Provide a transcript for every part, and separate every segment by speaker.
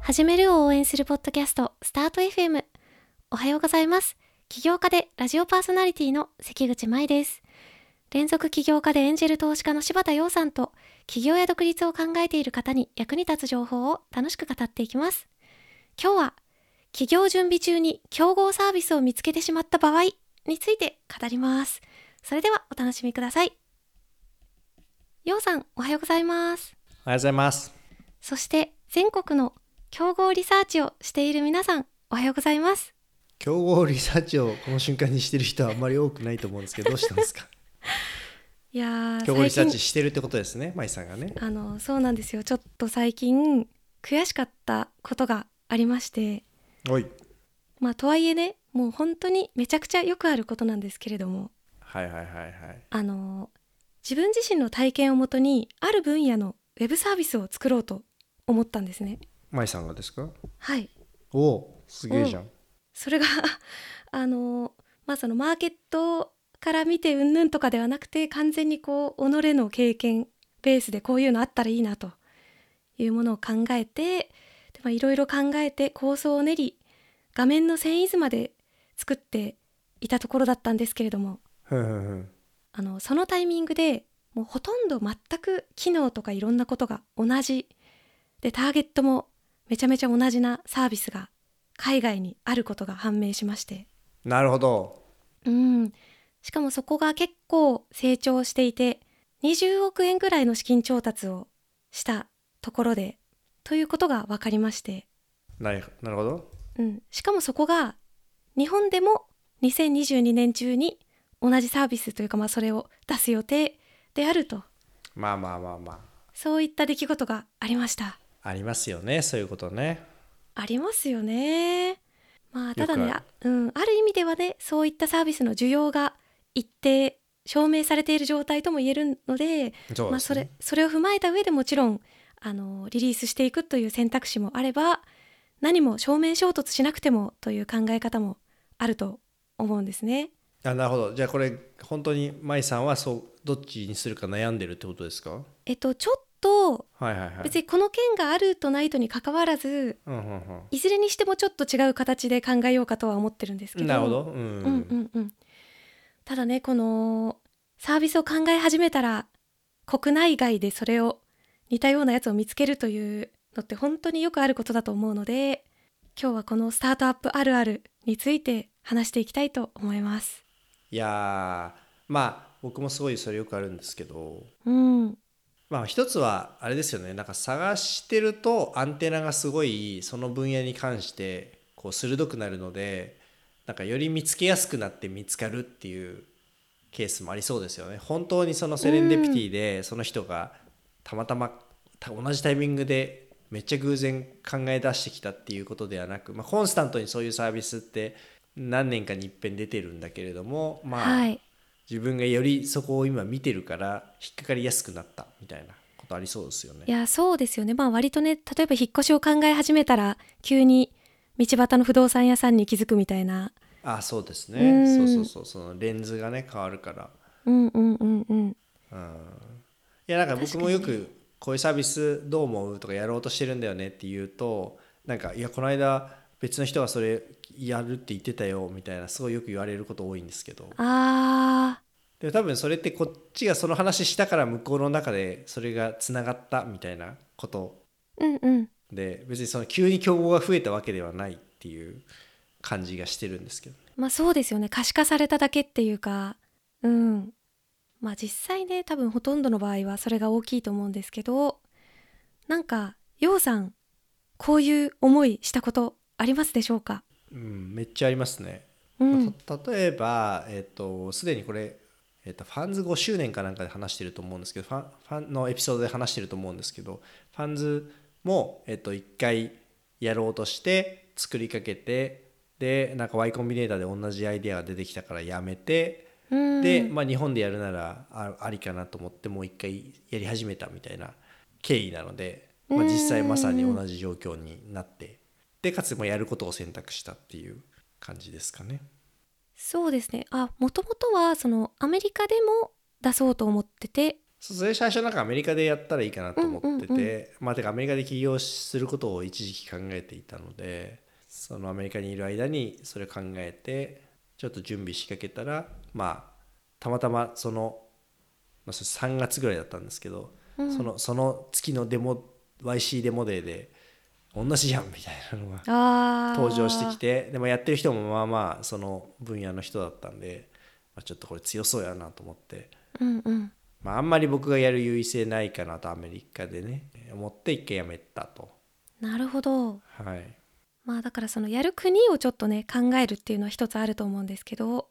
Speaker 1: 始めるを応援するポッドキャスト、スタート FM。おはようございます。起業家でラジオパーソナリティの関口舞です。連続起業家でエンジェル投資家の柴田洋さんと、起業や独立を考えている方に役に立つ情報を楽しく語っていきます。今日は、起業準備中に競合サービスを見つけてしまった場合について語ります。それではお楽しみください。洋さん、おはようございます。
Speaker 2: おはようございます。
Speaker 1: そして全国の競合リサーチをしている皆さんおはようございます
Speaker 2: 競合リサーチをこの瞬間にしてる人はあんまり多くないと思うんですけど、どうしたんですか。
Speaker 1: いやー
Speaker 2: 競合リサーチ
Speaker 1: 最
Speaker 2: してるってことですね、まいさんがね。
Speaker 1: 近あのそうなんですよちょっと最近悔しかったことがありまして
Speaker 2: はい。
Speaker 1: まあとはいえねもう本当にめちゃくちゃよくあることなんですけれども
Speaker 2: はいはいはいはい。
Speaker 1: あの自分自身の体験をもとにある分野のウェブサービスを作ろうと思ったんですね
Speaker 2: まいさんがですか。
Speaker 1: はい
Speaker 2: おお、すげえじゃん。
Speaker 1: それが あのまあそのマーケットから見てうんぬんとかではなくて完全にこう己の経験ベースでこういうのあったらいいなというものを考えてでまあいろいろ考えて構想を練り画面の遷移図まで作っていたところだったんですけれども
Speaker 2: ふんふんふん。
Speaker 1: あのそのタイミングでもうほとんど全く機能とかいろんなことが同じでターゲットもめちゃめちゃ同じなサービスが海外にあることが判明しまして
Speaker 2: なるほど。
Speaker 1: うんしかもそこが結構成長していて20億円ぐらいの資金調達をしたところでということが分かりまして、
Speaker 2: なる、なるほど。
Speaker 1: うん、しかもそこが日本でも2022年中に同じサービスというか、まあ、それを出す予定であると
Speaker 2: まあまあまあま
Speaker 1: そういった出来事がありました。
Speaker 2: あ。ありますよね、そういうことね。
Speaker 1: ありますよね。まあただね
Speaker 2: よくあ
Speaker 1: あうん、ある意味ではねそういったサービスの需要が一定証明されている状態とも言えるので
Speaker 2: そうですね。
Speaker 1: まあ、それそれを踏まえた上でもちろんあのリリースしていくという選択肢もあれば何も正面衝突しなくてもという考え方もあると思うんですね。
Speaker 2: あ、なるほど。じゃあ、これ、本当にまいさんは、そう、どっちにするか悩んでるってことですか。
Speaker 1: えっとちょっと
Speaker 2: はいはいはい。
Speaker 1: 別にこの件があるとないとに関わらず
Speaker 2: うんうん
Speaker 1: いずれにしてもちょっと違う形で考えようかとは思ってるんですけ
Speaker 2: うん。
Speaker 1: ど
Speaker 2: なるほど。う
Speaker 1: う
Speaker 2: ん。
Speaker 1: んうんうん、ただねこのサービスを考え始めたら国内外でそれを似たようなやつを見つけるというのって本当によくあることだと思うので今日はこのスタートアップあるあるについて話していきたいと思います。
Speaker 2: いやーまあ僕もすごいそれよくあるんですけど
Speaker 1: うん、
Speaker 2: まあ一つはあれですよねなんか探してるとアンテナがすごいその分野に関してこう鋭くなるのでなんかより見つけやすくなって見つかるっていうケースもありそうですよね本当にそのセレンデピティでその人がたまたまた同じタイミングでめっちゃ偶然考え出してきたっていうことではなく、まあ、コンスタントにそういうサービスって何年かに一遍出てるんだけれどもまあ、
Speaker 1: はい
Speaker 2: 自分がよりそこを今見てるから引っかかりやすくなったみたいなことありそうですよね
Speaker 1: い。やそうですよねまあ割とね例えば引っ越しを考え始めたら急に道端の不動産屋さんに気づくみたいな
Speaker 2: あそうです
Speaker 1: う
Speaker 2: ね。
Speaker 1: ん
Speaker 2: そうそうそうそのレンズがね変わるから。
Speaker 1: うんうんうんうん
Speaker 2: いやなんか僕もよ
Speaker 1: 確か
Speaker 2: くこういうサービスどう思うとかやろうとしてるんだよねって言うとなんかいやこの間別の人がそれやるって言ってたよみたいなすごいよく言われること多いんですけど
Speaker 1: あー
Speaker 2: でも多分それってこっちがその話したから向こうの中でそれがつながったみたいなこと
Speaker 1: うんうん
Speaker 2: で別にその急に競合が増えたわけではないっていう感じがしてるんですけどね
Speaker 1: まあそうですよね可視化されただけっていうかうんまあ実際ね多分ほとんどの場合はそれが大きいと思うんですけどなんかようさんこういう思いしたことありますでしょうか
Speaker 2: うんめっちゃありますね、
Speaker 1: うん
Speaker 2: た例えばえっ、とすでにこれ、えっとファンズ5周年かなんかで話してると思うんですけどファンファンのエピソードで話してると思うんですけどファンズも、えっと1回やろうとして作りかけてでなんか Y コンビネーターで同じアイデアが出てきたからやめて
Speaker 1: うん
Speaker 2: で、まあ、日本でやるならあありかなと思ってもう一回やり始めたみたいな経緯なので、まあ、
Speaker 1: うん
Speaker 2: 実際まさに同じ状況になってでかつもうやることを選択したっていう感じですかね。
Speaker 1: そうですねあもともとはそのアメリカでも出そうと思ってて
Speaker 2: そうそれ最初なんかアメリカでやったらいいかなと思ってて、
Speaker 1: うんうん
Speaker 2: まあてかアメリカで起業することを一時期考えていたのでそのアメリカにいる間にそれ考えてちょっと準備しかけたらまあたまたまその、まあ、それ3月ぐらいだったんですけど、そのその月のデモ YC デモデーで同じじゃんみたいなのが
Speaker 1: あー
Speaker 2: 登場してきてでもやってる人もまあまあその分野の人だったんで、まあ、ちょっとこれ強そうやなと思って、
Speaker 1: うんうん
Speaker 2: まあ、あんまり僕がやる優位性ないかなとアメリカでね思って一回やめたと
Speaker 1: なるほど
Speaker 2: はい
Speaker 1: まあだからそのやる国をちょっとね考えるっていうのは一つあると思うんですけど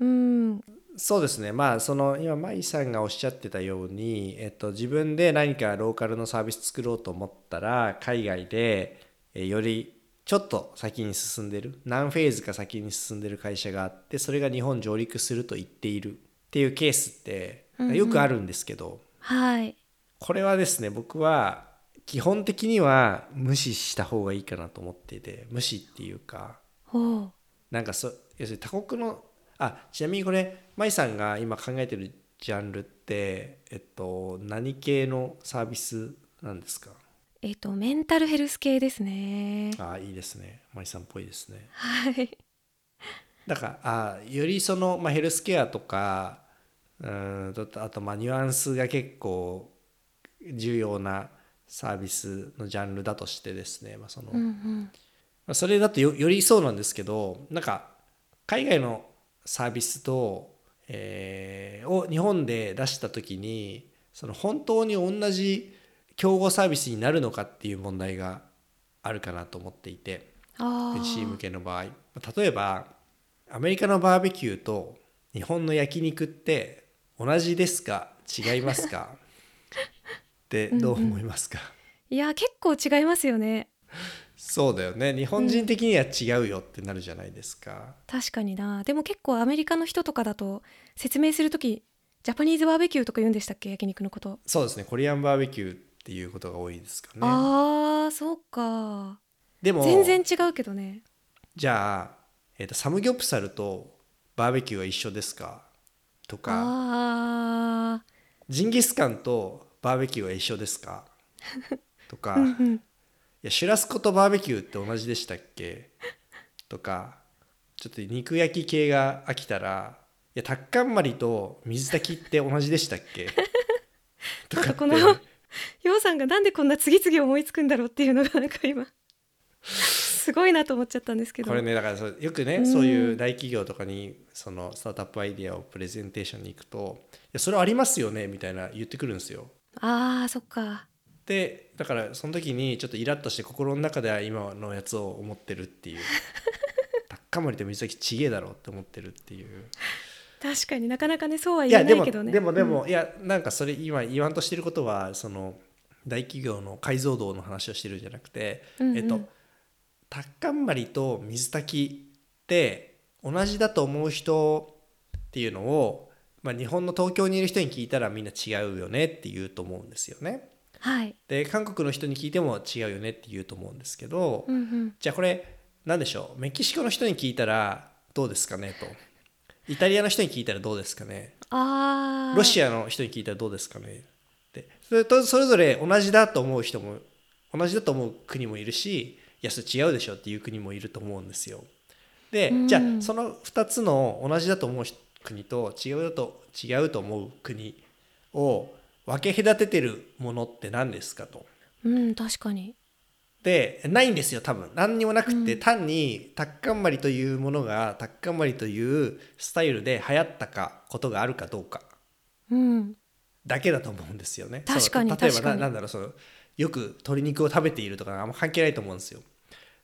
Speaker 1: うん
Speaker 2: そうですねまあその今舞さんがおっしゃってたように、えっと、自分で何かローカルのサービス作ろうと思ったら海外でえーよりちょっと先に進んでる何フェーズか先に進んでる会社があってそれが日本上陸すると言っているっていうケースって
Speaker 1: うんうん
Speaker 2: よくあるんですけど、
Speaker 1: はい
Speaker 2: これはですね僕は基本的には無視した方がいいかなと思っていて無視っていうか
Speaker 1: おう
Speaker 2: なんかそ要するに他国のあちなみにこれ舞さんが今考えてるジャンルって、えっと、何系のサービスなんですか
Speaker 1: えっ、とメンタルヘルス系ですね
Speaker 2: あいいですね舞さんっぽいですね
Speaker 1: はい
Speaker 2: だからあよりその、まあ、ヘルスケアとかうーんとあとまあニュアンスが結構重要なサービスのジャンルだとしてですね、まあその
Speaker 1: うんうん
Speaker 2: まあそれだとよよりそうなんですけどなんか海外のサービスと、えーを日本で出した時にその本当に同じ競合サービスになるのかっていう問題があるかなと思っていて。
Speaker 1: あ
Speaker 2: NC 向
Speaker 1: ー
Speaker 2: けの場合例えばアメリカのバーベキューと日本の焼肉って同じですか違いま すかってどう思いますか、
Speaker 1: いや結構違いますよね
Speaker 2: そうだよね日本人的には違うよってなるじゃないですか、
Speaker 1: 確かになでも結構アメリカの人とかだと説明する時ジャパニーズバーベキューとか言うんでしたっけ焼肉のこと、
Speaker 2: そうですねコリアンバーベキューっていうことが多いですかね
Speaker 1: あーそうか
Speaker 2: でも
Speaker 1: 全然違うけどね
Speaker 2: じゃあ、えーとサムギョプサルとバーベキューは一緒ですかとか
Speaker 1: ああ
Speaker 2: ジンギスカンとバーベキューは一緒です かとか、
Speaker 1: うんうん
Speaker 2: いやシュラスコとバーベキューって同じでしたっけとかちょっと肉焼き系が飽きたらいやタッカンマリと水炊きって同じでしたっ け と
Speaker 1: なんか
Speaker 2: かっ
Speaker 1: この
Speaker 2: て
Speaker 1: ようさんがなんでこんな次々思いつくんだろうっていうのがなんか 今すごいなと思っちゃったんですけど
Speaker 2: これねだからそうよくね、
Speaker 1: うん
Speaker 2: そういう大企業とかにそのスタートアップアイデアをプレゼンテーションに行くと「いやそれありますよね」みたいな言ってくるんですよ。
Speaker 1: ああそっか
Speaker 2: でだからその時にちょっとイラッとして心の中では今のやつを思ってる っていう「タッカンマリと水炊きちげえだろ」って思ってるっていう。
Speaker 1: 確かになかなかねそうはい言
Speaker 2: や
Speaker 1: えな
Speaker 2: で
Speaker 1: い
Speaker 2: も
Speaker 1: けどね
Speaker 2: でもでも、いやなんかそれ今言わんとしてることはその大企業の解像度の話をしてるんじゃなくて、
Speaker 1: うんうん
Speaker 2: えっとタッカンマリと水炊きって同じだと思う人っていうのを、まあ、日本の東京にいる人に聞いたらみんな違うよねって言うと思うんですよね。
Speaker 1: はい、
Speaker 2: で韓国の人に聞いても違うよねって言うと思うんですけど、
Speaker 1: うんうん、
Speaker 2: じゃあこれ何でしょうメキシコの人に聞いたらどうですかねとイタリアの人に聞いたらどうですかね
Speaker 1: ああ
Speaker 2: ロシアの人に聞いたらどうですかねってそれとそれぞれ同じだと思う人も同じだと思う国もいるしいやそれ違うでしょっていう国もいると思うんですよで、
Speaker 1: うん
Speaker 2: じゃあその2つの同じだと思う国と違うだと違うと思う国を分け隔ててるものって何ですかと。
Speaker 1: うん確かに
Speaker 2: でないんですよ多分何にもなくて、
Speaker 1: うん
Speaker 2: 単にタッカンマリというものがタッカンマリというスタイルで流行ったかことがあるかどうか
Speaker 1: うん
Speaker 2: だけだと思うんですよね。
Speaker 1: 確かに
Speaker 2: その例えば
Speaker 1: 確か
Speaker 2: な
Speaker 1: に
Speaker 2: なんだろうそのよく鶏肉を食べているとかあんま関係ないと思うんですよ。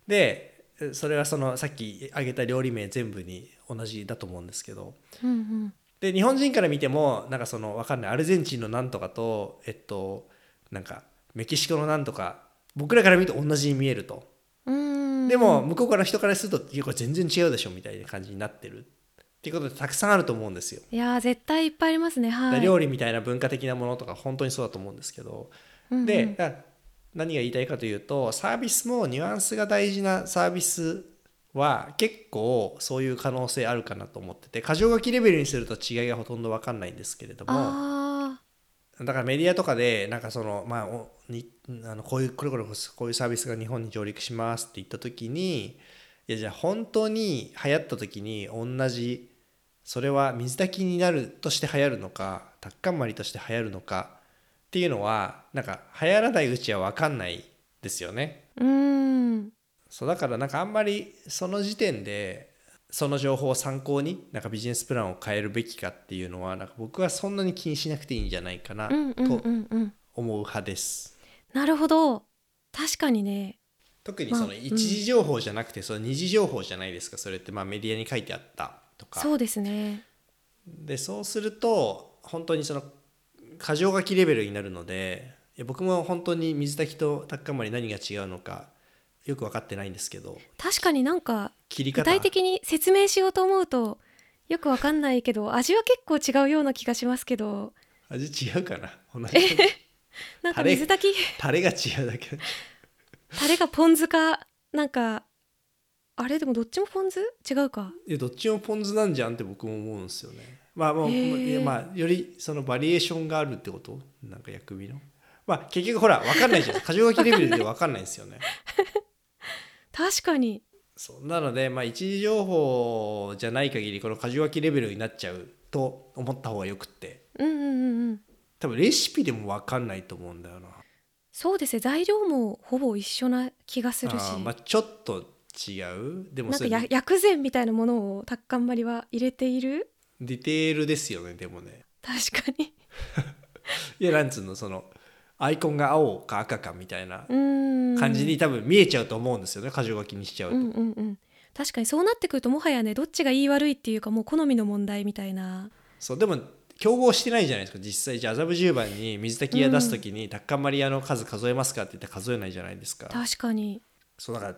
Speaker 2: でえそれはそのさっき挙げた料理名全部に同じだと思うんですけど
Speaker 1: うんうん
Speaker 2: で日本人から見てもなんかそのわかんないアルゼンチンのなんとかとえっとなんかメキシコのなんとか僕らから見ると同じに見えると。
Speaker 1: うーん
Speaker 2: でも向こうから人からするといやこれ全然違うでしょみたいな感じになってるっていうことでたくさんあると思うんですよ。
Speaker 1: いやー絶対いっぱいありますね
Speaker 2: だか
Speaker 1: は
Speaker 2: ら
Speaker 1: い
Speaker 2: 料理みたいな文化的なものとか本当にそうだと思うんですけど、
Speaker 1: うんうん
Speaker 2: でだから何が言いたいかというとサービスもニュアンスが大事なサービスは結構そういう可能性あるかなと思ってて箇条書きレベルにすると違いがほとんど分かんないんですけれども
Speaker 1: あ
Speaker 2: だからメディアとかでなんかそのまあおにあのこういうこれこれこういうサービスが日本に上陸しますって言った時にいやじゃあ本当に流行った時に同じそれは水炊きになるとして流行るのかタッカンマリとして流行るのかっていうのはなんか流行らないうちは分かんないですよね。
Speaker 1: うーん
Speaker 2: そうだからなんかあんまりその時点でその情報を参考になんかビジネスプランを変えるべきかっていうのはなんか僕はそんなに気にしなくていいんじゃないかなと
Speaker 1: うんうんうんうん
Speaker 2: 思う派です。
Speaker 1: なるほど確かにね
Speaker 2: 特にそ
Speaker 1: まあ
Speaker 2: の
Speaker 1: うん
Speaker 2: 一次情報じゃなくてその二次情報じゃないですかそれってまあメディアに書いてあったとか
Speaker 1: そうですね
Speaker 2: でそうすると本当にその過剰書きレベルになるのでいや僕も本当に水炊きとタッカンマリ何が違うのかよく分かってないんですけど
Speaker 1: 確かになんか
Speaker 2: 切り
Speaker 1: 具
Speaker 2: 方
Speaker 1: 体的に説明しようと思うとよくわかんないけど味は結構違うような気がしますけど
Speaker 2: 味違うかな同 じ
Speaker 1: なんか
Speaker 2: タレ
Speaker 1: 水炊き
Speaker 2: タレが違うだけ
Speaker 1: タレがポン酢かなんかあれでもどっちもポン酢違うか
Speaker 2: いやどっちもポン酢なんじゃんって僕も思うんですよねまあもう、
Speaker 1: へー
Speaker 2: いやまあよりそのバリエーションがあるってことなんか薬味のまあ結局ほら分かんない じゃん過剰書きレベルで分かんないんですよね
Speaker 1: 確かに
Speaker 2: そうなのでまあ一時情報じゃない限りこの過剰書きレベルになっちゃうと思った方がよくって
Speaker 1: うんうんうんうん
Speaker 2: 多分レシピでも分かんないと思うんだよな
Speaker 1: そうですね材料もほぼ一緒な気がするし
Speaker 2: あーまあちょっと違うでも
Speaker 1: なんか
Speaker 2: それ
Speaker 1: や薬膳みたいなものをタッカンマリは入れている
Speaker 2: ディテールですよねでもね
Speaker 1: 確かに
Speaker 2: いやなんつうのそのアイコンが青か赤かみたいな
Speaker 1: うーん
Speaker 2: 感じに多分見えちゃうと思うんですよね過剰書きにしちゃう
Speaker 1: う
Speaker 2: と、
Speaker 1: んうんうん確かにそうなってくるともはやねどっちがいい悪いっていうかもう好みの問題みたいな
Speaker 2: そうでも競合してないじゃないですか実際じゃあ麻布十番に水炊き屋出す時に、タッカンマリ屋の数数えますかって言って数えないじゃないですか
Speaker 1: 確かに
Speaker 2: そうだから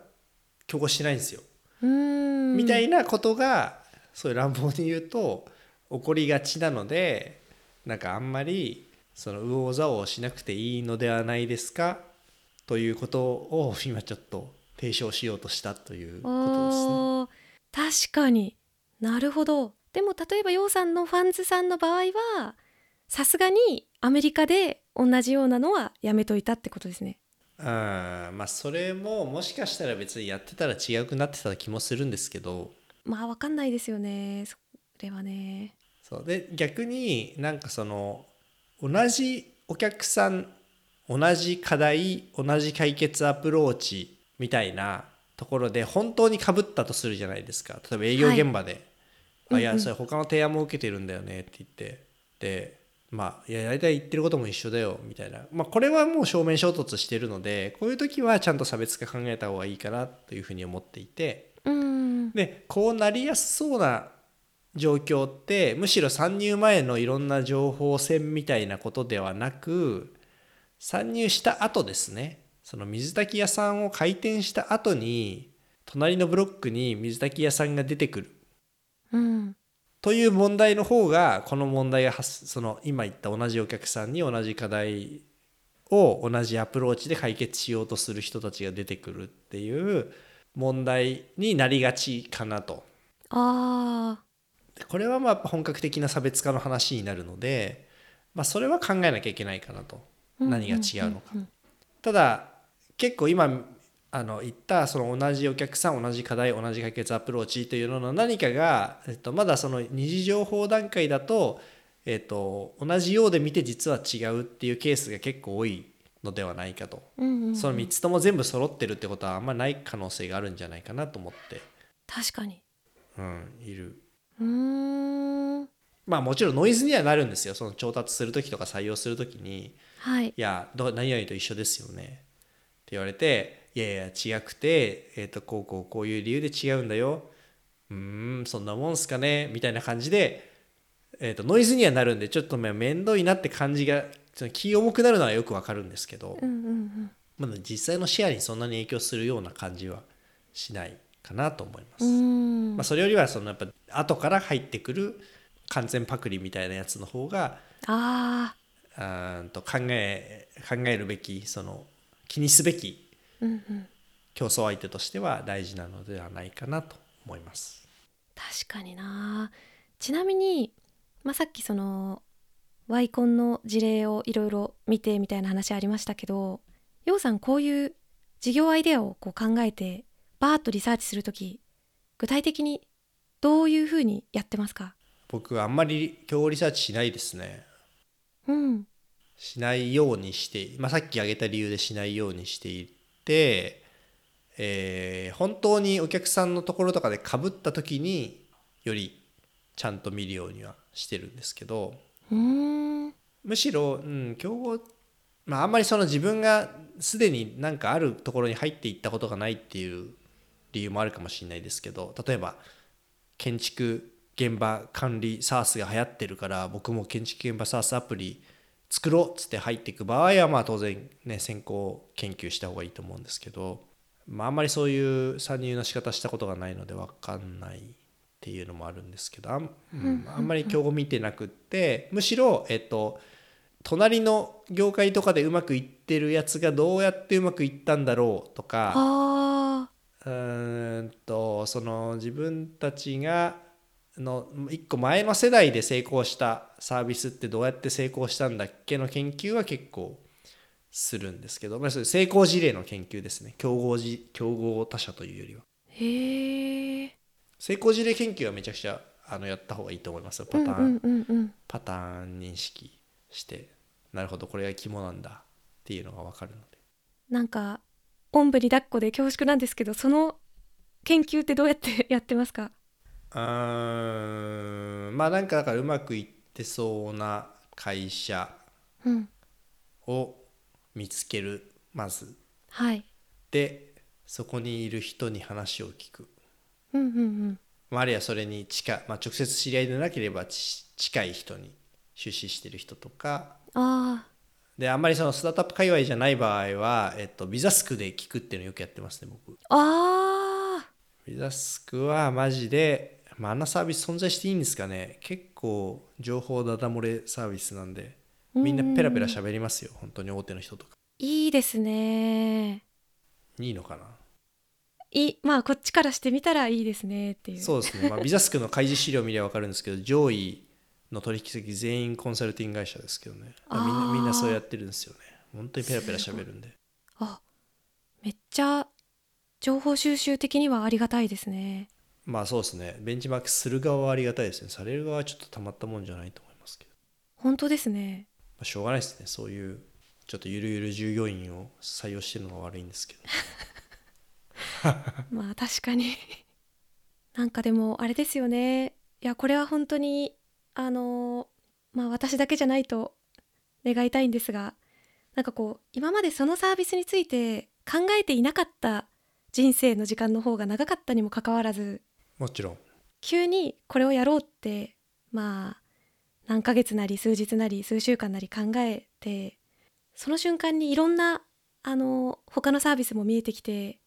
Speaker 2: 競合してないんですよ、
Speaker 1: うーん
Speaker 2: みたいなことがそういう乱暴に言うと起こりがちなのでなんかあんまりその右往左往しなくていいのではないですかということを今ちょっと提唱しようとしたということですね。
Speaker 1: おー確かになるほどでも例えば楊さんのファンズさんの場合はさすがにアメリカで同じようなのはやめといたってことですね
Speaker 2: うんまあそれももしかしたら別にやってたら違うくなってた気もするんですけど
Speaker 1: まあわかんないですよねそれはね
Speaker 2: そうで逆になんかその同じお客さん同じ課題同じ解決アプローチみたいなところで本当にかぶったとするじゃないですか例えば営業
Speaker 1: はい
Speaker 2: 現場で「
Speaker 1: うんう
Speaker 2: あ
Speaker 1: ん
Speaker 2: いやそれ他の提案も受けてるんだよね」って言ってでまあいや大体言ってることも一緒だよみたいな、まあ、これはもう正面衝突してるのでこういう時はちゃんと差別化考えた方がいいかなというふうに思っていて。
Speaker 1: うーん
Speaker 2: でこうなりやすそうな状況ってむしろ参入前のいろんな情報戦みたいなことではなく参入した後ですねその水炊き屋さんを開店した後に隣のブロックに水炊き屋さんが出てくる
Speaker 1: うん
Speaker 2: という問題の方がこの問題が発その今言った同じお客さんに同じ課題を同じアプローチで解決しようとする人たちが出てくるっていう問題になりがちかなと。
Speaker 1: あー
Speaker 2: これはまあ本格的な差別化の話になるので、まあ、それは考えなきゃいけないかなと
Speaker 1: うん
Speaker 2: 何が違うのか
Speaker 1: うんうんうん
Speaker 2: ただ結構今あの言ったその同じお客さん同じ課題同じ解決アプローチというのの何かが、えっと、まだその二次情報段階だと、えっと、同じようで見て実は違うっていうケースが結構多いのではないかと、
Speaker 1: うんうん
Speaker 2: その3つとも全部揃ってるってことはあんまない可能性があるんじゃないかなと思って、
Speaker 1: 確かに
Speaker 2: うん、いる
Speaker 1: うーん
Speaker 2: まあもちろんノイズにはなるんですよその調達する時とか採用する時に
Speaker 1: はい
Speaker 2: 「いやど何々と一緒ですよね」って言われて「いやいや違くて、えー、とこうこうこういう理由で違うんだよ」「うーんそんなもんすかね」みたいな感じで、えー、とノイズにはなるんでちょっとまあ面倒いなって感じがその気重くなるのはよくわかるんですけど、
Speaker 1: うんうんうん
Speaker 2: まだ実際のシェアにそんなに影響するような感じはしないかなと思いま
Speaker 1: う
Speaker 2: す。
Speaker 1: ーん
Speaker 2: まあ、それよりはそのやっぱ後から入ってくる完全パクリみたいなやつの方が
Speaker 1: あ
Speaker 2: うーんと考え考えるべきその気にすべき
Speaker 1: ーうんうん
Speaker 2: 競争相手としては大事なのではないかなと思います。
Speaker 1: 確かになちなみに、まあ、さっきそのワイコンの事例をいろいろ見てみたいな話ありましたけどようさんこういう事業アイデアをこう考えてバーッとリサーチするとき具体的にどういうふうにやってますか
Speaker 2: 僕あんまり競合リサーチしないですね
Speaker 1: うん
Speaker 2: しないようにして、まあ、さっき挙げた理由でしないようにしていて、えー本当にお客さんのところとかでかぶった時によりちゃんと見るようにはしてるんですけど
Speaker 1: うーん
Speaker 2: むしろ、うん、競合、まあ、あんまりその自分がすでになんかあるところに入っていったことがないっていう理由もあるかもしれないですけど例えば建築現場管理 SARS が流行ってるから僕も建築現場 SARS アプリ作ろうっつって入っていく場合はまあ当然ね先行研究した方がいいと思うんですけど、まあ、あんまりそういう参入の仕方したことがないので分かんないっていうのもあるんですけどあん,、うん、あんまり競合見てなくってむしろえっと隣の業界とかでうまくいってるやつがどうやってうまくいったんだろうとか、
Speaker 1: あ
Speaker 2: うーんとその自分たちがの一個前の世代で成功したサービスってどうやって成功したんだっけの研究は結構するんですけど、まあ、それ成功事例の研究ですね競合じ競合他社というよりは
Speaker 1: ーへえ
Speaker 2: 成功事例研究はめちゃくちゃあのやった方がいいと思いますよパ
Speaker 1: う
Speaker 2: タ
Speaker 1: ん
Speaker 2: ー
Speaker 1: う
Speaker 2: ン、
Speaker 1: んうんうん
Speaker 2: パターン認識してなるほどこれが肝なんだっていうのが分かるので
Speaker 1: なんかおんぶに抱っこで恐縮なんですけどその研究ってどうやってやってますか
Speaker 2: うーんまあなんかだからうまくいってそうな会社
Speaker 1: うん
Speaker 2: を見つけるまず
Speaker 1: はい
Speaker 2: でそこにいる人に話を聞く、
Speaker 1: うんうんうん
Speaker 2: まあ、あるいはそれに近い、まあ、直接知り合いでなければち近い人に出資してる人とか
Speaker 1: ああ
Speaker 2: であんまりそのスタートアップ界隈じゃない場合は、えっと、ビザスクで聞くっていうのよくやってますね僕
Speaker 1: ああ
Speaker 2: ビザスクはマジで、まあ、あんなサービス存在していいんですかね結構情報ダダ漏れサービスなんでみんなペラペラ喋りますよ本当に大手の人とか
Speaker 1: いいですね
Speaker 2: いいのかない
Speaker 1: いまあこっちからしてみたらいいですねっていう
Speaker 2: そうですね、まあ、ビザスクの開示資料見れば分かるんですけど上位の取引先全員コンサルティング会社ですけどねだからみん
Speaker 1: あ
Speaker 2: な
Speaker 1: ー
Speaker 2: みんなそうやってるんですよね本当にペラペラ喋るんで
Speaker 1: あめっちゃ情報収集的にはありがたいですね
Speaker 2: まあそうですねベンチマークする側はありがたいですねされる側はちょっとたまったもんじゃないと思いますけど、
Speaker 1: 本当ですね
Speaker 2: まあ、しょうがないですねそういうちょっとゆるゆる従業員を採用してるのが悪いんですけど
Speaker 1: まあ確かになんかでもあれですよねいやこれは本当にあのまあ私だけじゃないと願いたいんですがなんかこう今までそのサービスについて考えていなかった人生の時間の方が長かったにもかかわらず
Speaker 2: もちろん
Speaker 1: 急にこれをやろうってまあ何ヶ月なり数日なり数週間なり考えてその瞬間にいろんなあの他のサービスも見えてきて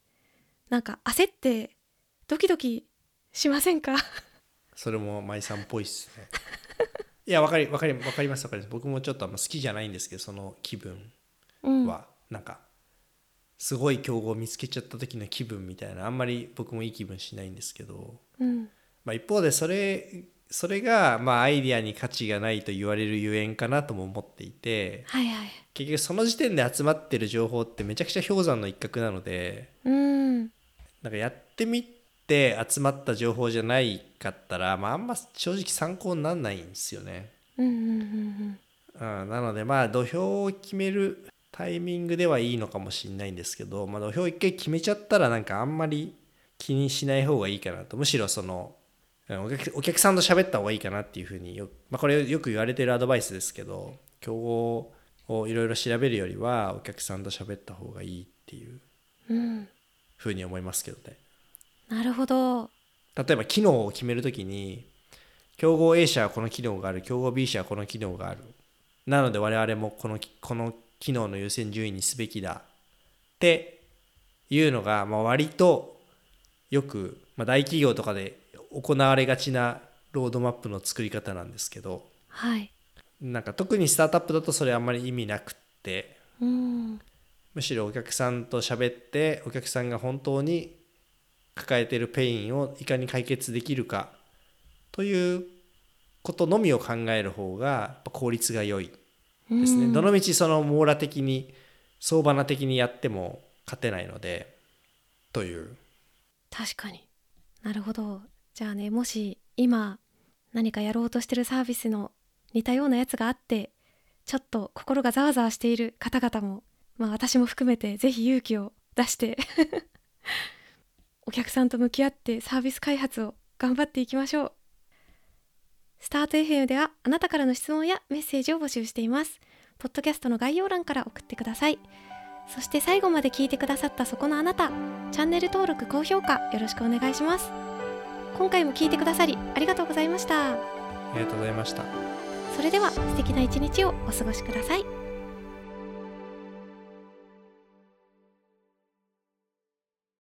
Speaker 1: なんか焦ってドキドキしませんか
Speaker 2: それも舞さんっぽいっすねいや分かり分かり分かります分かります僕もちょっとあんま好きじゃないんですけどその気分
Speaker 1: うん
Speaker 2: はなんかすごい競合を見つけちゃった時の気分みたいなあんまり僕もいい気分しないんですけど、
Speaker 1: うん
Speaker 2: まあ、一方でそれそれがまあアイディアに価値がないと言われるゆえんかなとも思っていて
Speaker 1: はいはい
Speaker 2: 結局その時点で集まってる情報ってめちゃくちゃ氷山の一角なので
Speaker 1: うん
Speaker 2: なんかやってみて集まった情報じゃないかったら、まあ、あんま正直参考にならないんですよね。
Speaker 1: うんうんうん
Speaker 2: うん、なのでまあ土俵を決めるタイミングではいいのかもしれないんですけど、まあ、土俵一回決めちゃったらなんかあんまり気にしない方がいいかなとむしろそのうんお客お客さんと喋った方がいいかなっていうふうによ、まあ、これよく言われてるアドバイスですけど競合をいろいろ調べるよりはお客さんと喋った方がいいっていう
Speaker 1: うんうん
Speaker 2: ふうに思いますけどね。
Speaker 1: なるほど
Speaker 2: 例えば機能を決めるときに競合 A 社はこの機能がある競合 B 社はこの機能があるなので我々もこのこの機能の優先順位にすべきだっていうのが、まあ、割とよく、まあ、大企業とかで行われがちなロードマップの作り方なんですけど
Speaker 1: はい
Speaker 2: なんか特にスタートアップだとそれあんまり意味なくって
Speaker 1: うん
Speaker 2: むしろお客さんと喋ってお客さんが本当に抱えているペインをいかに解決できるかということのみを考える方がやっぱ効率が良い
Speaker 1: うん
Speaker 2: ですね、どのみちその網羅的に相場な的にやっても勝てないのでという
Speaker 1: 確かになるほどじゃあねもし今何かやろうとしてるサービスの似たようなやつがあってちょっと心がざわざわしている方々も、まあ、私も含めてぜひ勇気を出して お客さんと向き合ってサービス開発を頑張っていきましょうスタート FM ではあなたからの質問やメッセージを募集していますポッドキャストの概要欄から送ってくださいそして最後まで聞いてくださったそこのあなたチャンネル登録、高評価よろしくお願いします。今回も聞いてくださりありがとうございました。
Speaker 2: ありがとうございました。
Speaker 1: それでは素敵な一日をお過ごしください。